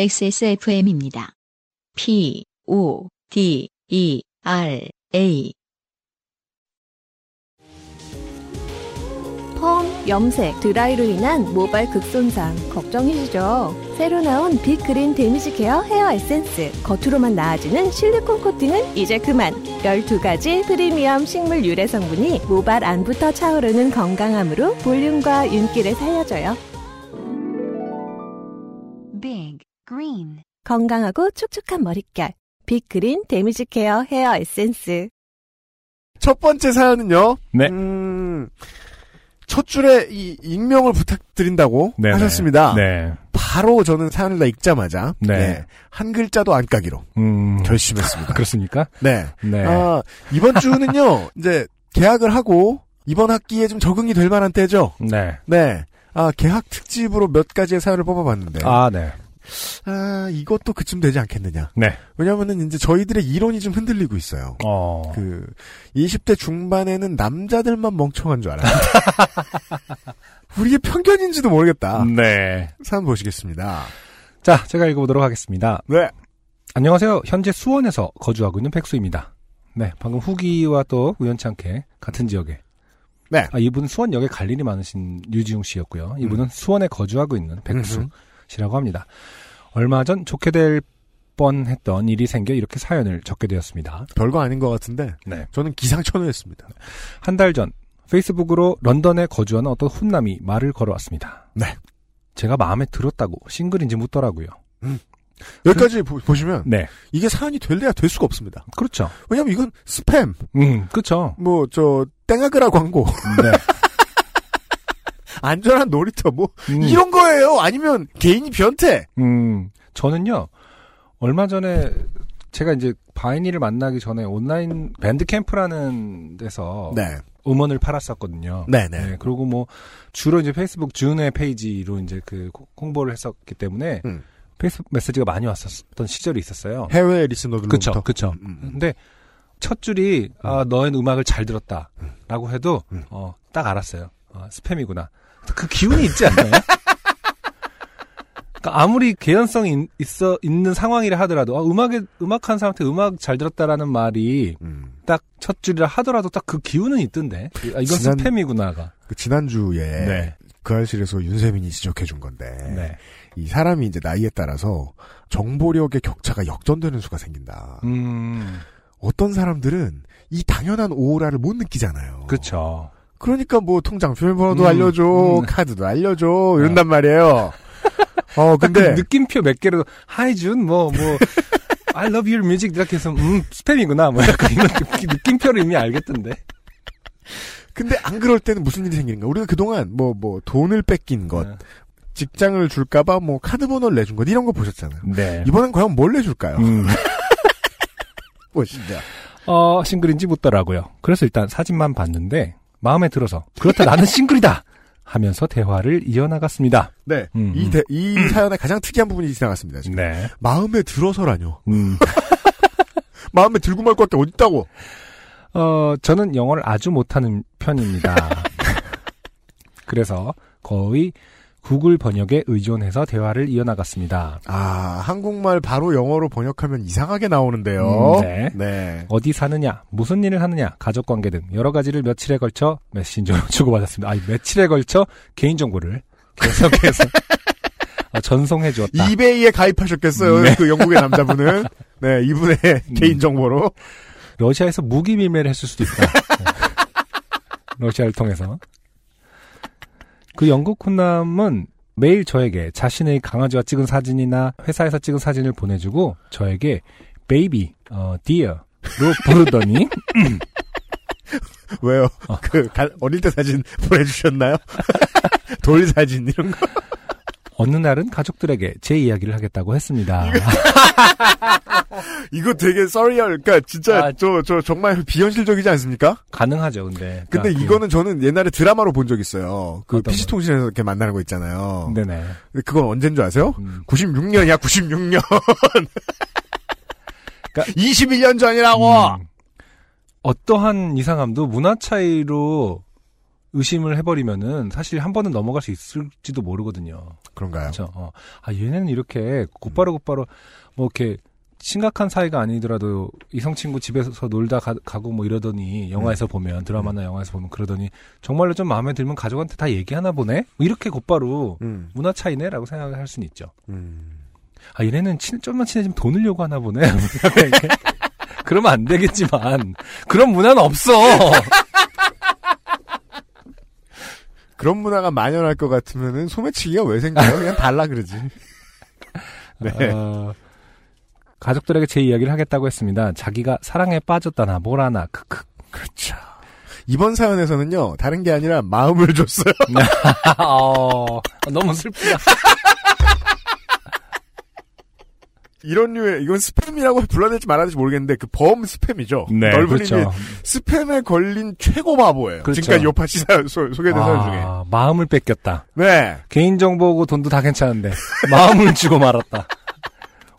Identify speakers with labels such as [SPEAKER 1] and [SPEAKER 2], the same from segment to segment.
[SPEAKER 1] XSFM입니다. P, O, D, E, R, A.
[SPEAKER 2] 펌, 염색, 드라이로 인한 모발 극손상 걱정이시죠? 새로 나온 빅그린 데미지 케어 헤어 에센스 겉으로만 나아지는 실리콘 코팅은 이제 그만 12가지 프리미엄 식물 유래 성분이 모발 안부터 차오르는 건강함으로 볼륨과 윤기를 살려줘요
[SPEAKER 3] Big Green
[SPEAKER 2] 건강하고 촉촉한 머릿결 빅그린 데미지 케어 헤어 에센스
[SPEAKER 4] 첫 번째 사연은요.
[SPEAKER 5] 네.
[SPEAKER 4] 음, 첫 줄에 이 익명을 부탁드린다고
[SPEAKER 5] 네네.
[SPEAKER 4] 하셨습니다.
[SPEAKER 5] 네.
[SPEAKER 4] 바로 저는 사연을 다 읽자마자
[SPEAKER 5] 네.
[SPEAKER 4] 네, 한 글자도 안 까기로
[SPEAKER 5] 음.
[SPEAKER 4] 결심했습니다.
[SPEAKER 5] 그렇습니까?
[SPEAKER 4] 네.
[SPEAKER 5] 네.
[SPEAKER 4] 아, 이번 주는요. 이제 계약을 하고 이번 학기에 좀 적응이 될 만한 때죠.
[SPEAKER 5] 네.
[SPEAKER 4] 네. 아, 개학 특집으로 몇 가지의 사연을 뽑아봤는데 아,
[SPEAKER 5] 아, 네.
[SPEAKER 4] 이것도 그쯤 되지 않겠느냐.
[SPEAKER 5] 네.
[SPEAKER 4] 왜냐면은 이제 저희들의 이론이 좀 흔들리고 있어요.
[SPEAKER 5] 어.
[SPEAKER 4] 그 20대 중반에는 남자들만 멍청한 줄 알아요. 우리의 편견인지도 모르겠다.
[SPEAKER 5] 네.
[SPEAKER 4] 사연 보시겠습니다.
[SPEAKER 5] 자, 제가 읽어보도록 하겠습니다.
[SPEAKER 4] 네.
[SPEAKER 5] 안녕하세요. 현재 수원에서 거주하고 있는 백수입니다. 네, 방금 후기와 또 우연치 않게 같은 지역에.
[SPEAKER 4] 네.
[SPEAKER 5] 아, 이분은 수원역에 갈 일이 많으신 유지웅 씨였고요. 이분은 수원에 거주하고 있는 백수
[SPEAKER 4] 음흠.
[SPEAKER 5] 씨라고 합니다. 얼마 전 좋게 될 뻔했던 일이 생겨 이렇게 사연을 적게 되었습니다.
[SPEAKER 4] 별거 아닌 것 같은데
[SPEAKER 5] 네.
[SPEAKER 4] 저는 기상천외했습니다.
[SPEAKER 5] 음. 한 달 전 페이스북으로 런던에 거주하는 어떤 훈남이 말을 걸어왔습니다.
[SPEAKER 4] 네.
[SPEAKER 5] 제가 마음에 들었다고 싱글인지 묻더라고요.
[SPEAKER 4] 여기까지 보, 시면
[SPEAKER 5] 네.
[SPEAKER 4] 이게 사연이 될래야 될 수가 없습니다.
[SPEAKER 5] 그렇죠.
[SPEAKER 4] 왜냐면 이건 스팸,
[SPEAKER 5] 음, 그렇죠.
[SPEAKER 4] 뭐 저 땡아그라 광고,
[SPEAKER 5] 네.
[SPEAKER 4] 안전한 놀이터 뭐
[SPEAKER 5] 음.
[SPEAKER 4] 이런 거예요. 아니면 개인이 변태.
[SPEAKER 5] 음, 저는요, 얼마 전에 제가 이제 바이니를 만나기 전에 온라인 밴드캠프라는 데서
[SPEAKER 4] 네,
[SPEAKER 5] 음원을 팔았었거든요.
[SPEAKER 4] 네, 네.
[SPEAKER 5] 그리고 뭐 주로 이제 페이스북 준의 페이지로 이제 그 홍보를 했었기 때문에
[SPEAKER 4] 음. 네.
[SPEAKER 5] 페이스북 메시지가 많이 왔었던 시절이 있었어요.
[SPEAKER 4] 해외 리스너들로부터.
[SPEAKER 5] 그쵸, 그쵸.
[SPEAKER 4] 음,
[SPEAKER 5] 근데 첫 줄이 아, 너의 음악을 잘 들었다라고 해도
[SPEAKER 4] 음.
[SPEAKER 5] 어, 딱 알았어요. 어, 스팸이구나. 그 기운이 있지 않나요? 그러니까 아무리 개연성이 있- 있어 있는 상황이라 하더라도 아, 음악에 음악한 사람한테 음악 잘 들었다라는 말이
[SPEAKER 4] 음.
[SPEAKER 5] 딱 첫 줄이라 하더라도 딱 그 기운은 있던데 아, 이건
[SPEAKER 4] 지난-
[SPEAKER 5] 스팸이구나가
[SPEAKER 4] 그 지난주에
[SPEAKER 5] 네.
[SPEAKER 4] 그 알실에서 윤세민이 지적해 준 건데
[SPEAKER 5] 네.
[SPEAKER 4] 이 사람이 이제 나이에 따라서 정보력의 격차가 역전되는 수가 생긴다.
[SPEAKER 5] 음
[SPEAKER 4] 어떤 사람들은 이 당연한 오라를 못 느끼잖아요.
[SPEAKER 5] 그쵸
[SPEAKER 4] 러니까뭐 통장 비밀번호도
[SPEAKER 5] 그렇죠. 음,
[SPEAKER 4] 알려줘,
[SPEAKER 5] 음. 네.
[SPEAKER 4] 카드도 알려줘 이런단 말이에요. 어
[SPEAKER 5] 아, 뭐 근데
[SPEAKER 4] 근데
[SPEAKER 5] 느낌표 몇 개로 하이 준뭐뭐 I love your music 이렇게 해서 음 스팸이구나 뭐 약간 이런 느낌- 느낌표를 이미 알겠던데
[SPEAKER 4] 근데 안 그럴 때는 무슨 일이 생기는가? 우리가 그동안 뭐 뭐 돈을 뺏긴 것,
[SPEAKER 5] 네.
[SPEAKER 4] 직장을 줄까봐 뭐 카드 번호를 내준 것 이런 거 보셨잖아요.
[SPEAKER 5] 네. 음.
[SPEAKER 4] 이번엔 과연 뭘 내줄까요? 보시죠.
[SPEAKER 5] 어, 싱글인지 묻더라고요. 그래서 일단 사진만 봤는데 마음에 들어서 그렇다 나는 싱글이다 하면서 대화를 이어나갔습니다.
[SPEAKER 4] 네,
[SPEAKER 5] 음,
[SPEAKER 4] 이,
[SPEAKER 5] 음.
[SPEAKER 4] 대- 이 사연의 가장 특이한 부분이 지나갔습니다. 지금.
[SPEAKER 5] 네.
[SPEAKER 4] 마음에 들어서라뇨.
[SPEAKER 5] 음.
[SPEAKER 4] 마음에 들고 말 것밖에 어딨다고.
[SPEAKER 5] 어, 저는 영어를 아주 못하는 편입니다. 그래서 거의 구글 번역에 의존해서 대화를 이어나갔습니다.
[SPEAKER 4] 아, 한국말 바로 영어로 번역하면 이상하게 나오는데요.
[SPEAKER 5] 음, 네.
[SPEAKER 4] 네.
[SPEAKER 5] 어디 사느냐, 무슨 일을 하느냐, 가족 관계 등 여러 가지를 며칠에 걸쳐 메신저로 주고받았습니다. 아니, 며칠에 걸쳐 개인정보를 계속해서 어, 전송해 주었다.
[SPEAKER 4] 이베이에 가입하셨겠어요.
[SPEAKER 5] 네.
[SPEAKER 4] 그 영국의 남자분은. 네, 이분의
[SPEAKER 5] 음.
[SPEAKER 4] 개인정보로.
[SPEAKER 5] 러시아에서 무기 밀매를 했을 수도 있다. 네. 러시아를 통해서. 그 영국 훈남은 매일 저에게 자신의 강아지와 찍은 사진이나 회사에서 찍은 사진을 보내주고 저에게 baby, 어, dear로 부르더니
[SPEAKER 4] 왜요? 그, 가- 어릴 때 사진 보내주셨나요? 돌 사진 이런 거.
[SPEAKER 5] 어느 날은 가족들에게 제 이야기를 하겠다고 했습니다.
[SPEAKER 4] 이거 되게 썰리얼. 그러니까 진짜
[SPEAKER 5] 아.
[SPEAKER 4] 저, 저 정말 비현실적이지 않습니까?
[SPEAKER 5] 가능하죠, 근데.
[SPEAKER 4] 근데
[SPEAKER 5] 그러니까
[SPEAKER 4] 이거는 저는 옛날에 드라마로 본 적 있어요. 그
[SPEAKER 5] 어떤 거요?
[SPEAKER 4] PC통신에서 이렇게 만나는 거
[SPEAKER 5] 그-
[SPEAKER 4] 있잖아요.
[SPEAKER 5] 네네.
[SPEAKER 4] 근데 그건 언젠 줄 아세요?
[SPEAKER 5] 음.
[SPEAKER 4] 96년이야, 96년.
[SPEAKER 5] 그러니까-
[SPEAKER 4] 21년 전이라고!
[SPEAKER 5] 음. 어떠한 이상함도 문화 차이로 의심을 해버리면은 사실 한 번은 넘어갈 수 있을지도 모르거든요.
[SPEAKER 4] 그런가요?
[SPEAKER 5] 그렇죠. 어. 아 얘네는 이렇게 곧바로
[SPEAKER 4] 음.
[SPEAKER 5] 곧바로 뭐 이렇게 심각한 사이가 아니더라도 이성 친구 집에서 놀다 가, 고뭐 이러더니 영화에서
[SPEAKER 4] 네.
[SPEAKER 5] 보면 드라마나 영화에서 보면 그러더니 정말로 좀 마음에 들면 가족한테 다 얘기하나 보네. 뭐 이렇게 곧바로
[SPEAKER 4] 음,
[SPEAKER 5] 문화 차이네라고 생각할 수는 있죠.
[SPEAKER 4] 음.
[SPEAKER 5] 아 얘네는 친, 좀만 친해지면 돈을 요구하나 보네. 이렇게. 그러면 안 되겠지만 그런 문화는 없어.
[SPEAKER 4] 그런 문화가 만연할 것 같으면은 소매치기가 왜 생겨요? 그냥 달라 그러지. 네.
[SPEAKER 5] 어, 가족들에게 제 이야기를 하겠다고 했습니다. 자기가 사랑에 빠졌다나 뭐라나 크크.
[SPEAKER 4] 그렇죠. 이번 사연에서는요, 다른 게 아니라 마음을 줬어요.
[SPEAKER 5] 어, 너무 슬프다.
[SPEAKER 4] 이런 류의, 이건 스팸이라고 불러야 될지 말아야 될지 모르겠는데, 그 범 스팸이죠. 넓은 의미의 스팸에 걸린 최고 바보예요.
[SPEAKER 5] 네, 그렇죠.
[SPEAKER 4] 지금까지 요파 씨 사- 소- 소개된 사연 중에.
[SPEAKER 5] 아, 마음을 뺏겼다.
[SPEAKER 4] 네.
[SPEAKER 5] 개인 정보고 돈도 다 괜찮은데 마음을 주고 말았다.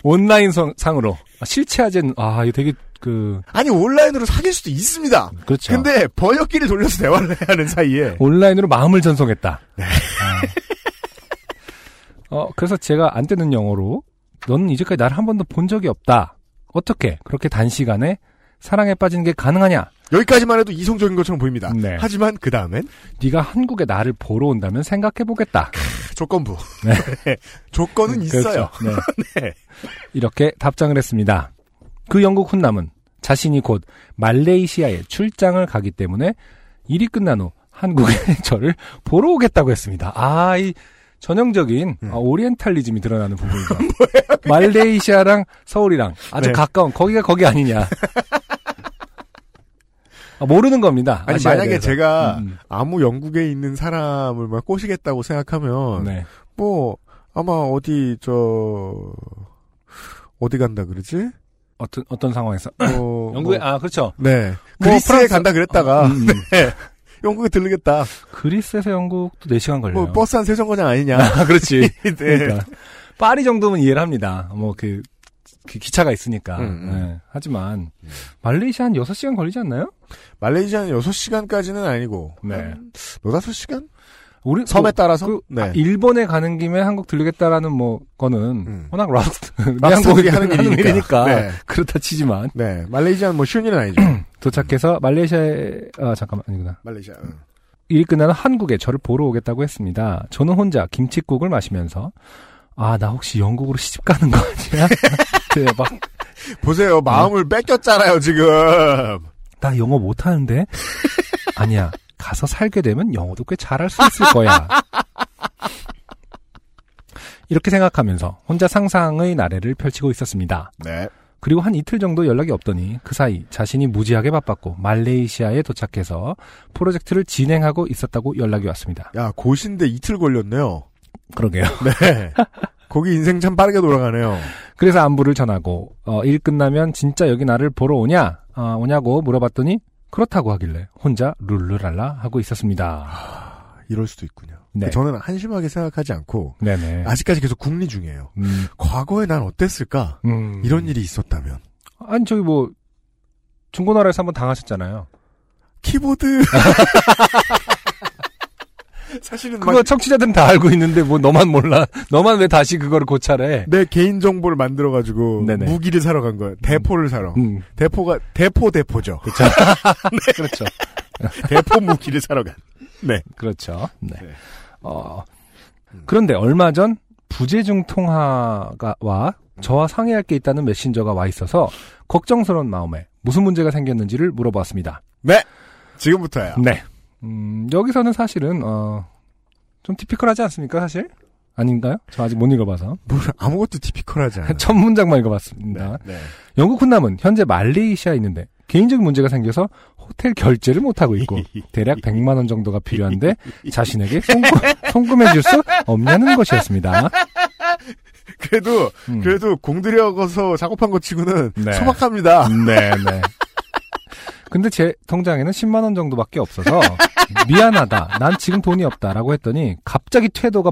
[SPEAKER 5] 온라인 성- 상으로 아, 실체하진 아 이거 되게 그
[SPEAKER 4] 아니, 온라인으로 사귈 수도 있습니다.
[SPEAKER 5] 그렇죠.
[SPEAKER 4] 근데 번역기를 돌려서 대화를 해야 하는 사이에.
[SPEAKER 5] 온라인으로 마음을 전송했다. 아. 어 그래서 제가 안 되는 영어로 너는 이제까지 나를 한 번도 본 적이 없다. 어떻게 그렇게 단시간에 사랑에 빠지는 게 가능하냐?
[SPEAKER 4] 여기까지만 해도 이성적인 것처럼 보입니다.
[SPEAKER 5] 네.
[SPEAKER 4] 하지만 그 다음엔
[SPEAKER 5] 네가 한국에 나를 보러 온다면 생각해 보겠다.
[SPEAKER 4] 조건부. 조건은 있어요.
[SPEAKER 5] 네. 그렇죠. 네.
[SPEAKER 4] 네.
[SPEAKER 5] 이렇게 답장을 했습니다. 그 영국 훈남은 자신이 곧 말레이시아에 출장을 가기 때문에 일이 끝난 후 한국에 저를 보러 오겠다고 했습니다. 아, 이 전형적인
[SPEAKER 4] 음.
[SPEAKER 5] 아, 오리엔탈리즘이 드러나는 부분이죠. 말레이시아랑 서울이랑 아주
[SPEAKER 4] 네.
[SPEAKER 5] 가까운 거기가 거기 아니냐. 아, 모르는 겁니다.
[SPEAKER 4] 아니,
[SPEAKER 5] 아시아에
[SPEAKER 4] 만약에
[SPEAKER 5] 대해서.
[SPEAKER 4] 제가
[SPEAKER 5] 음,
[SPEAKER 4] 아무 영국에 있는 사람을 막 꼬시겠다고
[SPEAKER 5] 음.
[SPEAKER 4] 생각하면
[SPEAKER 5] 네.
[SPEAKER 4] 뭐 아마 어디 저 어디 간다 그러지?
[SPEAKER 5] 어떤 어떤 상황에서
[SPEAKER 4] 뭐,
[SPEAKER 5] 영국에
[SPEAKER 4] 뭐,
[SPEAKER 5] 아 그렇죠.
[SPEAKER 4] 네
[SPEAKER 5] 뭐
[SPEAKER 4] 그리스에
[SPEAKER 5] 프랑스-
[SPEAKER 4] 간다 그랬다가 네.
[SPEAKER 5] 음, 음.
[SPEAKER 4] 영국에 들르겠다.
[SPEAKER 5] 그리스에서 영국도 4시간 걸려요.
[SPEAKER 4] 뭐 버스 한 세 정거장 아니냐?
[SPEAKER 5] 아, 그렇지.
[SPEAKER 4] 네.
[SPEAKER 5] 그러니까 파리 정도면 이해를 합니다. 뭐 그 기차가 있으니까.
[SPEAKER 4] 음, 음.
[SPEAKER 5] 예. 하지만 말레이시아 한 6시간 걸리지 않나요?
[SPEAKER 4] 말레이시아는 6시간까지는 아니고
[SPEAKER 5] 네.
[SPEAKER 4] 한 노다섯 시간
[SPEAKER 5] 우리
[SPEAKER 4] 섬에
[SPEAKER 5] 뭐,
[SPEAKER 4] 따라서
[SPEAKER 5] 그,
[SPEAKER 4] 네.
[SPEAKER 5] 아, 일본에 가는 김에 한국 들르겠다라는 뭐 거는
[SPEAKER 4] 음.
[SPEAKER 5] 워낙 라스트
[SPEAKER 4] 락스들이
[SPEAKER 5] 한국이 하는
[SPEAKER 4] 하는 일이니까.
[SPEAKER 5] 일이니까
[SPEAKER 4] 네.
[SPEAKER 5] 그렇다 치지만
[SPEAKER 4] 네 말레이시아는 뭐 쉬운 일은 아니죠.
[SPEAKER 5] 도착해서 말레이시아에 아 잠깐만 아니구나.
[SPEAKER 4] 말레이시아. 응.
[SPEAKER 5] 일이 끝나는 한국에 저를 보러 오겠다고 했습니다. 저는 혼자 김칫국을 마시면서 아 나 혹시 영국으로 시집 가는 거 아니야? 네, 막
[SPEAKER 4] 보세요 마음을 뺏겼잖아요 지금.
[SPEAKER 5] 나 영어 못하는데? 아니야. 가서 살게 되면 영어도 꽤 잘할 수 있을 거야. 이렇게 생각하면서 혼자 상상의 나래를 펼치고 있었습니다.
[SPEAKER 4] 네.
[SPEAKER 5] 그리고 한 이틀 정도 연락이 없더니 그 사이 자신이 무지하게 바빴고 말레이시아에 도착해서 프로젝트를 진행하고 있었다고 연락이 왔습니다.
[SPEAKER 4] 야 고신데 이틀 걸렸네요.
[SPEAKER 5] 그러게요.
[SPEAKER 4] 네. 거기 인생 참 빠르게 돌아가네요.
[SPEAKER 5] 그래서 안부를 전하고 어, 일 끝나면 진짜 여기 나를 보러 오냐 아, 오냐고 물어봤더니 그렇다고 하길래 혼자 룰루랄라 하고 있었습니다.
[SPEAKER 4] 이럴 수도 있군요.
[SPEAKER 5] 네.
[SPEAKER 4] 저는 한심하게 생각하지 않고
[SPEAKER 5] 네네.
[SPEAKER 4] 아직까지 계속 궁리 중이에요.
[SPEAKER 5] 음,
[SPEAKER 4] 과거에 난 어땠을까?
[SPEAKER 5] 음.
[SPEAKER 4] 이런 일이 있었다면
[SPEAKER 5] 아니 저기 뭐 중고나라에서 한번 당하셨잖아요.
[SPEAKER 4] 음. 키보드 사실은
[SPEAKER 5] 그거 청취자들은 다 알고 있는데 뭐 너만 몰라. 너만 왜 다시 그거를 고찰해?
[SPEAKER 4] 막 내 개인 정보를 만들어 가지고
[SPEAKER 5] 네네.
[SPEAKER 4] 무기를 사러 간 거예요. 대포를 사러.
[SPEAKER 5] 음,
[SPEAKER 4] 대포가 대포 대포죠.
[SPEAKER 5] 그렇죠. 그렇죠.
[SPEAKER 4] 대포 무기를 사러 간. 네.
[SPEAKER 5] 그렇죠. 네.
[SPEAKER 4] 네.
[SPEAKER 5] 어, 그런데 얼마 전 부재중 통화가와 저와 상의할 게 있다는 메신저가 와 있어서 걱정스러운 마음에 무슨 문제가 생겼는지를 물어봤습니다.
[SPEAKER 4] 네. 지금부터야.
[SPEAKER 5] 네. 음, 여기서는 사실은 어, 좀 티피컬하지 않습니까 사실? 아닌가요? 저 아직 못 읽어봐서
[SPEAKER 4] 뭘 아무것도 티피컬하지 않아.
[SPEAKER 5] 첫 문장만 읽어봤습니다. 음.
[SPEAKER 4] 네. 네.
[SPEAKER 5] 영국 훈남은 현재 말레이시아에 있는데 개인적인 문제가 생겨서 호텔 결제를 못하고 있고 대략 100만 원 정도가 필요한데 자신에게 송금, 해줄 수 없냐는 것이었습니다.
[SPEAKER 4] 그래도
[SPEAKER 5] 음.
[SPEAKER 4] 그래도 공들여서 작업한 것 치고는
[SPEAKER 5] 네.
[SPEAKER 4] 소박합니다.
[SPEAKER 5] 네, 네. 근데 제 통장에는 10만 원 정도밖에 없어서 미안하다. 난 지금 돈이 없다라고 했더니 갑자기 태도가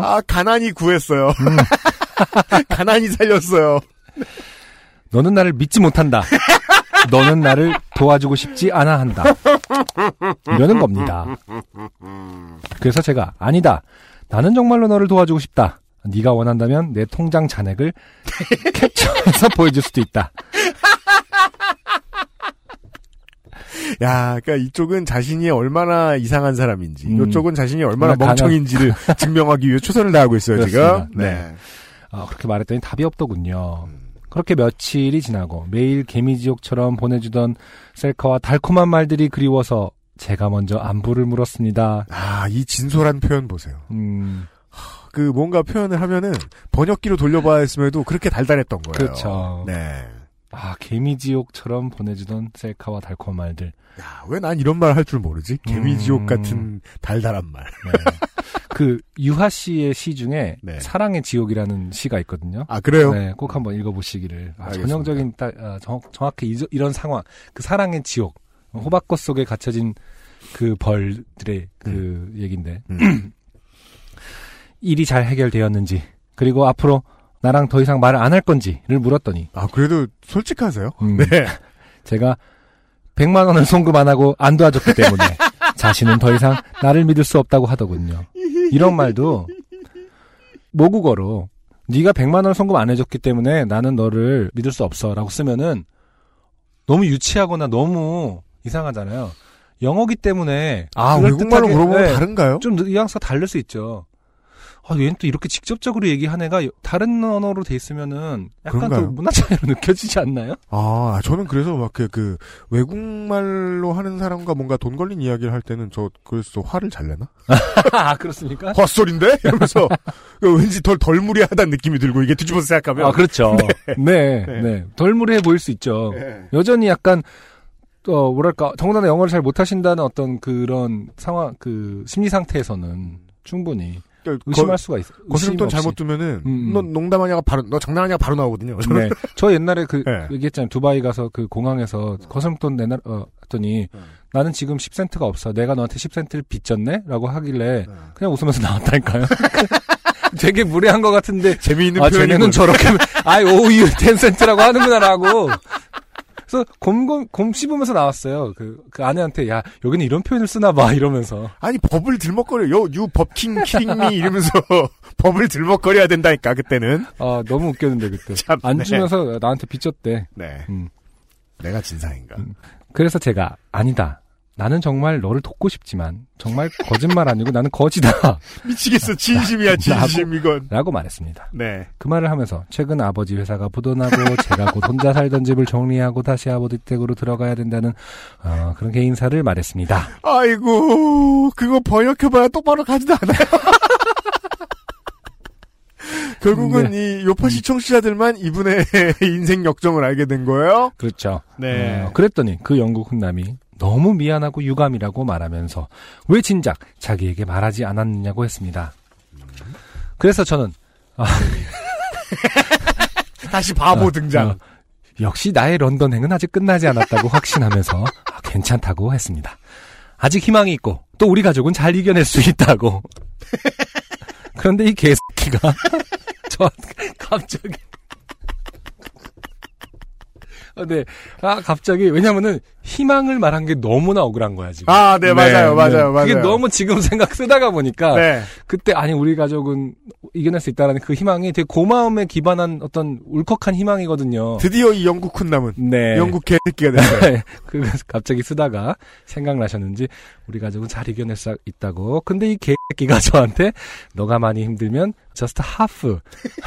[SPEAKER 4] 아, 가난이 구했어요.
[SPEAKER 5] 음.
[SPEAKER 4] 가난이 살렸어요.
[SPEAKER 5] 너는 나를 믿지 못한다. 너는 나를 도와주고 싶지 않아 한다. 이러는 겁니다. 그래서 제가 아니다. 나는 정말로 너를 도와주고 싶다. 네가 원한다면 내 통장 잔액을 캡처해서 보여줄 수도 있다.
[SPEAKER 4] 야, 그러니까 이쪽은 자신이 얼마나 이상한 사람인지,
[SPEAKER 5] 음.
[SPEAKER 4] 이쪽은 자신이 얼마나
[SPEAKER 5] 얼마나
[SPEAKER 4] 멍청인지를 증명하기 위해 최선을 다하고 있어요,
[SPEAKER 5] 그렇습니다.
[SPEAKER 4] 지금. 네.
[SPEAKER 5] 아, 그렇게 말했더니 답이 없더군요. 그렇게 며칠이 지나고 매일 개미지옥처럼 보내주던 셀카와 달콤한 말들이 그리워서 제가 먼저 안부를 물었습니다.
[SPEAKER 4] 아, 이 진솔한 표현 보세요.
[SPEAKER 5] 음,
[SPEAKER 4] 그 뭔가 표현을 하면은 번역기로 돌려봐야 했음에도 그렇게 달달했던 거예요.
[SPEAKER 5] 그렇죠.
[SPEAKER 4] 네.
[SPEAKER 5] 아, 개미지옥처럼 보내주던 셀카와 달콤한 말들.
[SPEAKER 4] 야, 아, 왜 난 이런 말 할 줄 모르지? 개미지옥
[SPEAKER 5] 음.
[SPEAKER 4] 같은 달달한 말.
[SPEAKER 5] 네. 그 유하 씨의 시 중에
[SPEAKER 4] 네.
[SPEAKER 5] 사랑의 지옥이라는 시가 있거든요.
[SPEAKER 4] 아, 그래요?
[SPEAKER 5] 네, 꼭 한번 읽어보시기를. 아,
[SPEAKER 4] 알겠습니다.
[SPEAKER 5] 전형적인 따- 아, 정, 정확히 이, 이런 상황, 그 사랑의 지옥,
[SPEAKER 4] 음.
[SPEAKER 5] 호박꽃 속에 갇혀진 그 벌들의 그
[SPEAKER 4] 음.
[SPEAKER 5] 얘기인데 일이 잘 해결되었는지 그리고 앞으로 나랑 더 이상 말을 안 할 건지를 물었더니
[SPEAKER 4] 아, 그래도 솔직하세요?
[SPEAKER 5] 음,
[SPEAKER 4] 네.
[SPEAKER 5] 제가 100만 원을 송금 안 하고 안 도와줬기 때문에 자신은 더 이상 나를 믿을 수 없다고 하더군요. 이런 말도 모국어로 네가 100만 원을 송금 안 해줬기 때문에 나는 너를 믿을 수 없어라고 쓰면은 너무 유치하거나 너무 이상하잖아요. 영어기 때문에
[SPEAKER 4] 아,
[SPEAKER 5] 그럴듯하게,
[SPEAKER 4] 외국말로 물어보면
[SPEAKER 5] 네,
[SPEAKER 4] 다른가요?
[SPEAKER 5] 좀 뉘앙스가 다를 수 있죠. 아, 얘는 또 이렇게 직접적으로 얘기한 애가 다른 언어로 돼 있으면은 약간
[SPEAKER 4] 그런가요?
[SPEAKER 5] 또 문화 차이로 느껴지지 않나요?
[SPEAKER 4] 아, 저는 그래서 막 그, 그, 외국말로 하는 사람과 뭔가 돈 걸린 이야기를 할 때는 저, 그래서 화를 잘 내나?
[SPEAKER 5] 아, 그렇습니까?
[SPEAKER 4] 헛소린데? 이러면서 그 왠지 덜, 덜 무리하다는 느낌이 들고 이게 뒤집어서 생각하면.
[SPEAKER 5] 아, 그렇죠. 네. 네,
[SPEAKER 4] 네.
[SPEAKER 5] 덜 무례해 보일 수 있죠.
[SPEAKER 4] 네.
[SPEAKER 5] 여전히 약간, 어, 뭐랄까, 더군다나 영어를 잘 못하신다는 어떤 그런 상황, 그, 심리 상태에서는 충분히
[SPEAKER 4] 그러니까
[SPEAKER 5] 의심할 수가 있어요.
[SPEAKER 4] 거스름돈 잘못 두면은
[SPEAKER 5] 음, 음.
[SPEAKER 4] 너 농담하냐가 바로 너 장난하냐가 바로 나오거든요. 저는
[SPEAKER 5] 네. 저 옛날에 그,
[SPEAKER 4] 네.
[SPEAKER 5] 얘기했잖아요. 두바이 가서 그 공항에서 거스름돈 내놔, 어, 했더니
[SPEAKER 4] 네.
[SPEAKER 5] 나는 지금 10센트가 없어. 내가 너한테 10센트를 빚졌네? 라고 하길래 그냥 웃으면서 나왔다니까요. 되게 무례한 것 같은데
[SPEAKER 4] 재미있는
[SPEAKER 5] 아,
[SPEAKER 4] 표현이는
[SPEAKER 5] 쟤네는 저렇게, 아이, 오유, 텐센트라고 하는구나라고. 그래서 곰곰, 곰 씹으면서 나왔어요. 그, 그 아내한테, 야, 여기는 이런 표현을 쓰나 봐, 이러면서.
[SPEAKER 4] 아니 법을 들먹거려 요유 법킹 킹미 이러면서 법을 들먹거려야 된다니까 그때는
[SPEAKER 5] 아, 너무 웃겼는데, 그때.
[SPEAKER 4] 참,
[SPEAKER 5] 안
[SPEAKER 4] 네.
[SPEAKER 5] 주면서 나한테 빚졌대.
[SPEAKER 4] 네
[SPEAKER 5] 음.
[SPEAKER 4] 내가 진상인가
[SPEAKER 5] 그래서 제가, 아니다. 나는 정말 너를 돕고 싶지만, 정말 거짓말 아니고 나는 거지다.
[SPEAKER 4] 미치겠어 진심이야 진심 이건
[SPEAKER 5] 라고 말했습니다.
[SPEAKER 4] 네
[SPEAKER 5] 그 말을 하면서 최근 아버지 회사가 부도나고 제가 곧 혼자 살던 집을 정리하고 다시 아버지 댁으로 들어가야 된다는 어, 그런 개인사를 말했습니다.
[SPEAKER 4] 아이고 그거 번역해봐야 똑바로 가지도 않아요 결국은
[SPEAKER 5] 네.
[SPEAKER 4] 이
[SPEAKER 5] 음.
[SPEAKER 4] 요파시 청취자들만 이분의 인생 역정을 알게 된 거예요
[SPEAKER 5] 그렇죠. 어, 그랬더니 그 영국 훈남이 너무 미안하고 유감이라고 말하면서 왜 진작 자기에게 말하지 않았느냐고 했습니다. 그래서 저는
[SPEAKER 4] 다시 바보 등장
[SPEAKER 5] 어, 역시 나의 런던행은 아직 끝나지 않았다고 확신하면서 아, 괜찮다고 했습니다. 아직 희망이 있고 또 우리 가족은 잘 이겨낼 수 있다고. 그런데 이 개새끼가 저 갑자기 아, 네. 아, 갑자기 왜냐면은 희망을 말한 게 너무나 억울한 거야, 지금.
[SPEAKER 4] 아 네 맞아요 맞아요
[SPEAKER 5] 네, 네.
[SPEAKER 4] 맞아요
[SPEAKER 5] 그게 너무 지금 생각 쓰다가 보니까
[SPEAKER 4] 네.
[SPEAKER 5] 그때 아니 우리 가족은 이겨낼 수 있다라는 그 희망이 되게 고마움에 기반한 어떤 울컥한 희망이거든요.
[SPEAKER 4] 드디어 이 영국 쿤남은
[SPEAKER 5] 네.
[SPEAKER 4] 영국 개새끼가 됐어요.
[SPEAKER 5] 그 갑자기 쓰다가 생각나셨는지 우리 가족은 잘 이겨낼 수 있다고. 근데 이 개새끼가 저한테 너가 많이 힘들면 just half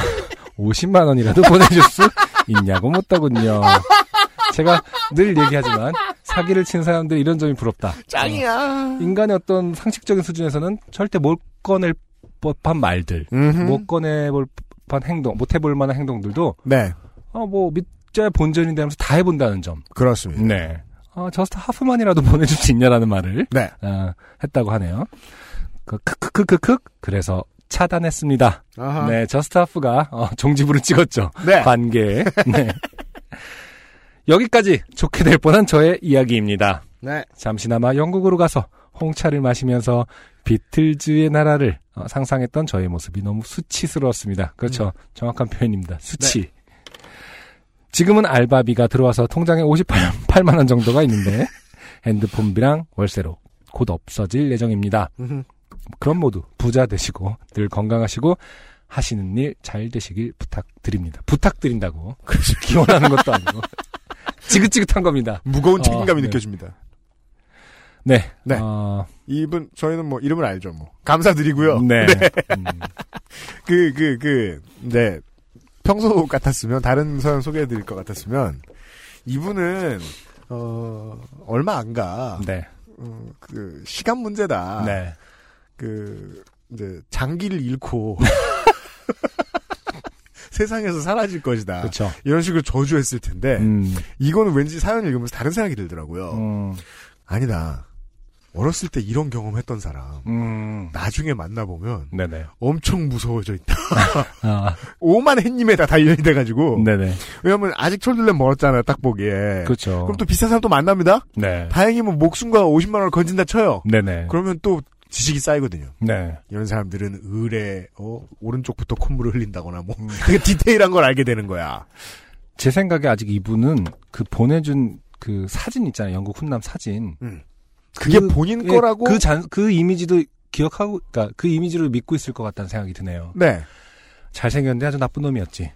[SPEAKER 5] 50만 원이라도 보내줄 수 있냐고 묻더군요. 제가 늘 얘기하지만 사기를 친 사람들 이런 점이 부럽다.
[SPEAKER 4] 짱이야.
[SPEAKER 5] 인간의 어떤 상식적인 수준에서는 절대 못 꺼낼 법한 말들,
[SPEAKER 4] 음흠.
[SPEAKER 5] 못 꺼내볼 법한 행동, 못 해볼 만한 행동들도
[SPEAKER 4] 네,
[SPEAKER 5] 어, 뭐 믿자의 본전인데 하면서 다 해본다는 점.
[SPEAKER 4] 그렇습니다.
[SPEAKER 5] 네. 어, 저스트 하프만이라도 보내줄 수 있냐라는 말을
[SPEAKER 4] 네.
[SPEAKER 5] 어, 했다고 하네요. 그, 크크크크크 그래서 차단했습니다.
[SPEAKER 4] 아하.
[SPEAKER 5] 네, 저스트 하프가 어, 종지부를 찍었죠.
[SPEAKER 4] 네.
[SPEAKER 5] 관계. 네. 여기까지 좋게 될 뻔한 저의 이야기입니다.
[SPEAKER 4] 네.
[SPEAKER 5] 잠시나마 영국으로 가서 홍차를 마시면서 비틀즈의 나라를 어, 상상했던 저의 모습이 너무 수치스러웠습니다.
[SPEAKER 4] 음.
[SPEAKER 5] 그렇죠. 정확한 표현입니다. 수치.
[SPEAKER 4] 네.
[SPEAKER 5] 지금은 알바비가 들어와서 통장에 58만 원 정도가 있는데 핸드폰비랑 월세로 곧 없어질 예정입니다. 그런 모두 부자 되시고 늘 건강하시고 하시는 일 잘 되시길 부탁드립니다. 부탁드린다고 기원하는 것도 아니고 지긋지긋한 겁니다.
[SPEAKER 4] 무거운
[SPEAKER 5] 어,
[SPEAKER 4] 책임감이
[SPEAKER 5] 네.
[SPEAKER 4] 느껴집니다.
[SPEAKER 5] 네,
[SPEAKER 4] 네.
[SPEAKER 5] 어,
[SPEAKER 4] 이분 저희는 뭐 이름을 알죠 뭐 감사드리고요.
[SPEAKER 5] 네. 음,
[SPEAKER 4] 그 그 그 네. 평소 같았으면 다른 사연 소개해 드릴 것 같았으면 이분은 어 얼마 안 가.
[SPEAKER 5] 네,
[SPEAKER 4] 어, 그 시간 문제다.
[SPEAKER 5] 네.
[SPEAKER 4] 그 이제 장기를 잃고 세상에서 사라질 것이다.
[SPEAKER 5] 그렇죠.
[SPEAKER 4] 이런 식으로 저주했을 텐데
[SPEAKER 5] 음,
[SPEAKER 4] 이거는 왠지 사연 읽으면서 다른 생각이 들더라고요.
[SPEAKER 5] 음,
[SPEAKER 4] 아니다. 어렸을 때 이런 경험했던 사람
[SPEAKER 5] 음,
[SPEAKER 4] 나중에 만나보면
[SPEAKER 5] 네네.
[SPEAKER 4] 엄청 무서워져 있다.
[SPEAKER 5] 아,
[SPEAKER 4] 오만 햇님에 다 단련이 돼가지고
[SPEAKER 5] 어. 네네.
[SPEAKER 4] 왜냐면 아직 철들렘 멀었잖아요. 딱 보기에.
[SPEAKER 5] 그렇죠.
[SPEAKER 4] 그럼 또 비싼 사람 또 만납니다.
[SPEAKER 5] 네,
[SPEAKER 4] 다행이면 목숨과 50만 원을 건진다 쳐요.
[SPEAKER 5] 네네.
[SPEAKER 4] 그러면 또 지식이 쌓이거든요.
[SPEAKER 5] 네,
[SPEAKER 4] 이런 사람들은 을에 어, 오른쪽부터 콧물을 흘린다거나 뭐
[SPEAKER 5] 음.
[SPEAKER 4] 되게 디테일한 걸 알게 되는 거야.
[SPEAKER 5] 제 생각에 아직 이분은 그 보내준 그 사진 있잖아요. 영국 훈남 사진.
[SPEAKER 4] 그게
[SPEAKER 5] 그-
[SPEAKER 4] 본인
[SPEAKER 5] 예,
[SPEAKER 4] 거라고.
[SPEAKER 5] 그 잔, 그 이미지도 기억하고, 그니까 그 이미지를 믿고 있을 것 같다는 생각이 드네요.
[SPEAKER 4] 네,
[SPEAKER 5] 잘생겼는데 아주 나쁜 놈이었지.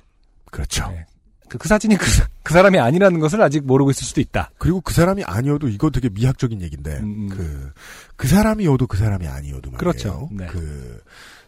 [SPEAKER 4] 그렇죠.
[SPEAKER 5] 네. 그, 그 사진이 그, 사- 그 사람이 아니라는 것을 아직 모르고 있을 수도 있다.
[SPEAKER 4] 그리고 그 사람이 아니어도 이거 되게 미학적인 얘기인데
[SPEAKER 5] 음, 음.
[SPEAKER 4] 그 그 사람이어도 그 사람이 아니어도 말이에요.
[SPEAKER 5] 그렇죠. 네.
[SPEAKER 4] 그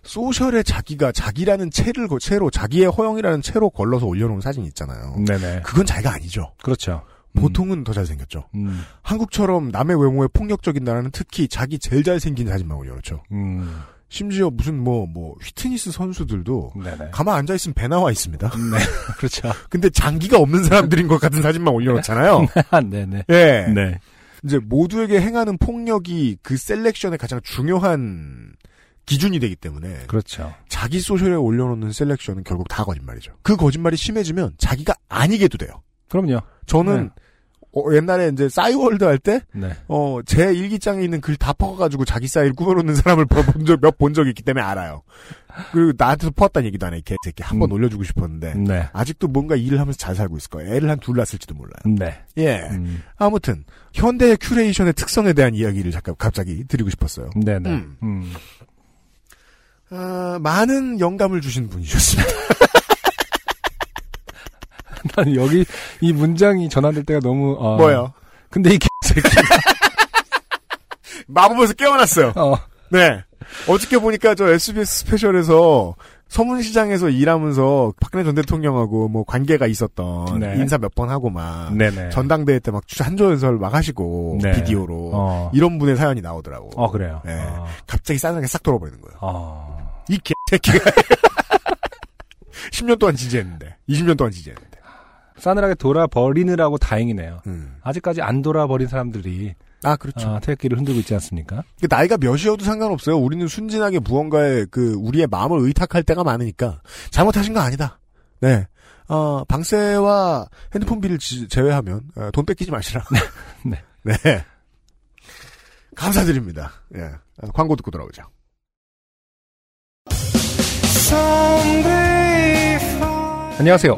[SPEAKER 4] 소셜에 자기가 자기라는 채를 거- 채로 자기의 허영이라는 채로 걸러서 올려놓은 사진 있잖아요.
[SPEAKER 5] 네네.
[SPEAKER 4] 그건 자기가 아니죠.
[SPEAKER 5] 그렇죠.
[SPEAKER 4] 보통은 더 잘생겼죠.
[SPEAKER 5] 음,
[SPEAKER 4] 한국처럼 남의 외모에 폭력적인 나라는 특히 자기 제일 잘생긴 사진만 올려놓죠.
[SPEAKER 5] 음,
[SPEAKER 4] 심지어 무슨 뭐 뭐 휘트니스 선수들도
[SPEAKER 5] 네네.
[SPEAKER 4] 가만 앉아 있으면 배 나와 있습니다.
[SPEAKER 5] 네, 그렇죠.
[SPEAKER 4] 근데 장기가 없는 사람들인 것 같은 사진만 올려놓잖아요.
[SPEAKER 5] 네네.
[SPEAKER 4] 예.
[SPEAKER 5] 네.
[SPEAKER 4] 이제 모두에게 행하는 폭력이 그 셀렉션의 가장 중요한 기준이 되기 때문에
[SPEAKER 5] 그렇죠.
[SPEAKER 4] 자기 소셜에 올려놓는 셀렉션은 결국 다 거짓말이죠. 그 거짓말이 심해지면 자기가 아니게도 돼요.
[SPEAKER 5] 그럼요.
[SPEAKER 4] 저는
[SPEAKER 5] 네.
[SPEAKER 4] 어, 옛날에 이제 싸이월드 할 때
[SPEAKER 5] 네.
[SPEAKER 4] 어, 제 일기장에 있는 글 다 퍼가지고 자기 싸이를 꾸며놓는 사람을 본 적, 몇 본 적이 있기 때문에 알아요. 그리고 나한테도 퍼왔다는 얘기도 안 해, 이 개새끼. 한 번
[SPEAKER 5] 음.
[SPEAKER 4] 올려주고 싶었는데.
[SPEAKER 5] 네.
[SPEAKER 4] 아직도 뭔가 일을 하면서 잘 살고 있을 거예요. 애를 한 둘 낳았을지도 몰라요.
[SPEAKER 5] 네.
[SPEAKER 4] 예.
[SPEAKER 5] 음,
[SPEAKER 4] 아무튼, 현대의 큐레이션의 특성에 대한 이야기를 잠깐, 갑자기 드리고 싶었어요.
[SPEAKER 5] 네네.
[SPEAKER 4] 음.
[SPEAKER 5] 음.
[SPEAKER 4] 아, 많은 영감을 주신 분이셨습니다.
[SPEAKER 5] 난 여기 이 문장이 전환될 때가 너무 어,
[SPEAKER 4] 뭐요?
[SPEAKER 5] 근데 이 개새끼.
[SPEAKER 4] 마법에서 깨어났어요.
[SPEAKER 5] 어,
[SPEAKER 4] 네. 어저께 보니까 저 SBS 스페셜에서 서문시장에서 일하면서 박근혜 전 대통령하고 뭐 관계가 있었던
[SPEAKER 5] 네.
[SPEAKER 4] 인사 몇 번 하고 막
[SPEAKER 5] 네네.
[SPEAKER 4] 전당대회 때 막 한조 연설 막 하시고
[SPEAKER 5] 네.
[SPEAKER 4] 비디오로
[SPEAKER 5] 어.
[SPEAKER 4] 이런 분의 사연이 나오더라고.
[SPEAKER 5] 어 그래요.
[SPEAKER 4] 네.
[SPEAKER 5] 어.
[SPEAKER 4] 갑자기 싸늘하게 싹 돌아버리는 거예요.
[SPEAKER 5] 어.
[SPEAKER 4] 이 개새끼가 10년 동안 지지했는데 20년 동안 지지했는데.
[SPEAKER 5] 싸늘하게 돌아버리느라고 다행이네요.
[SPEAKER 4] 음.
[SPEAKER 5] 아직까지 안 돌아버린 사람들이
[SPEAKER 4] 아 그렇죠.
[SPEAKER 5] 아, 태극기를 흔들고 있지 않습니까?
[SPEAKER 4] 그 나이가 몇이어도 상관없어요. 우리는 순진하게 무언가에 그 우리의 마음을 의탁할 때가 많으니까 잘못하신 거 아니다. 네. 어, 방세와 핸드폰 비를 지- 제외하면 어, 돈 뺏기지 마시라.
[SPEAKER 5] 네.
[SPEAKER 4] 네. 감사드립니다. 예. 어, 광고 듣고 돌아오죠.
[SPEAKER 5] 안녕하세요.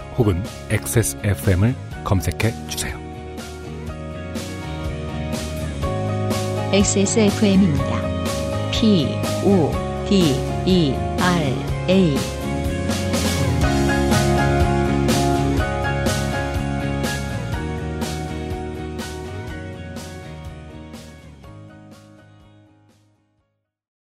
[SPEAKER 5] 혹은 XSFM을 검색해 주세요.
[SPEAKER 1] XSFM입니다. P O D E R A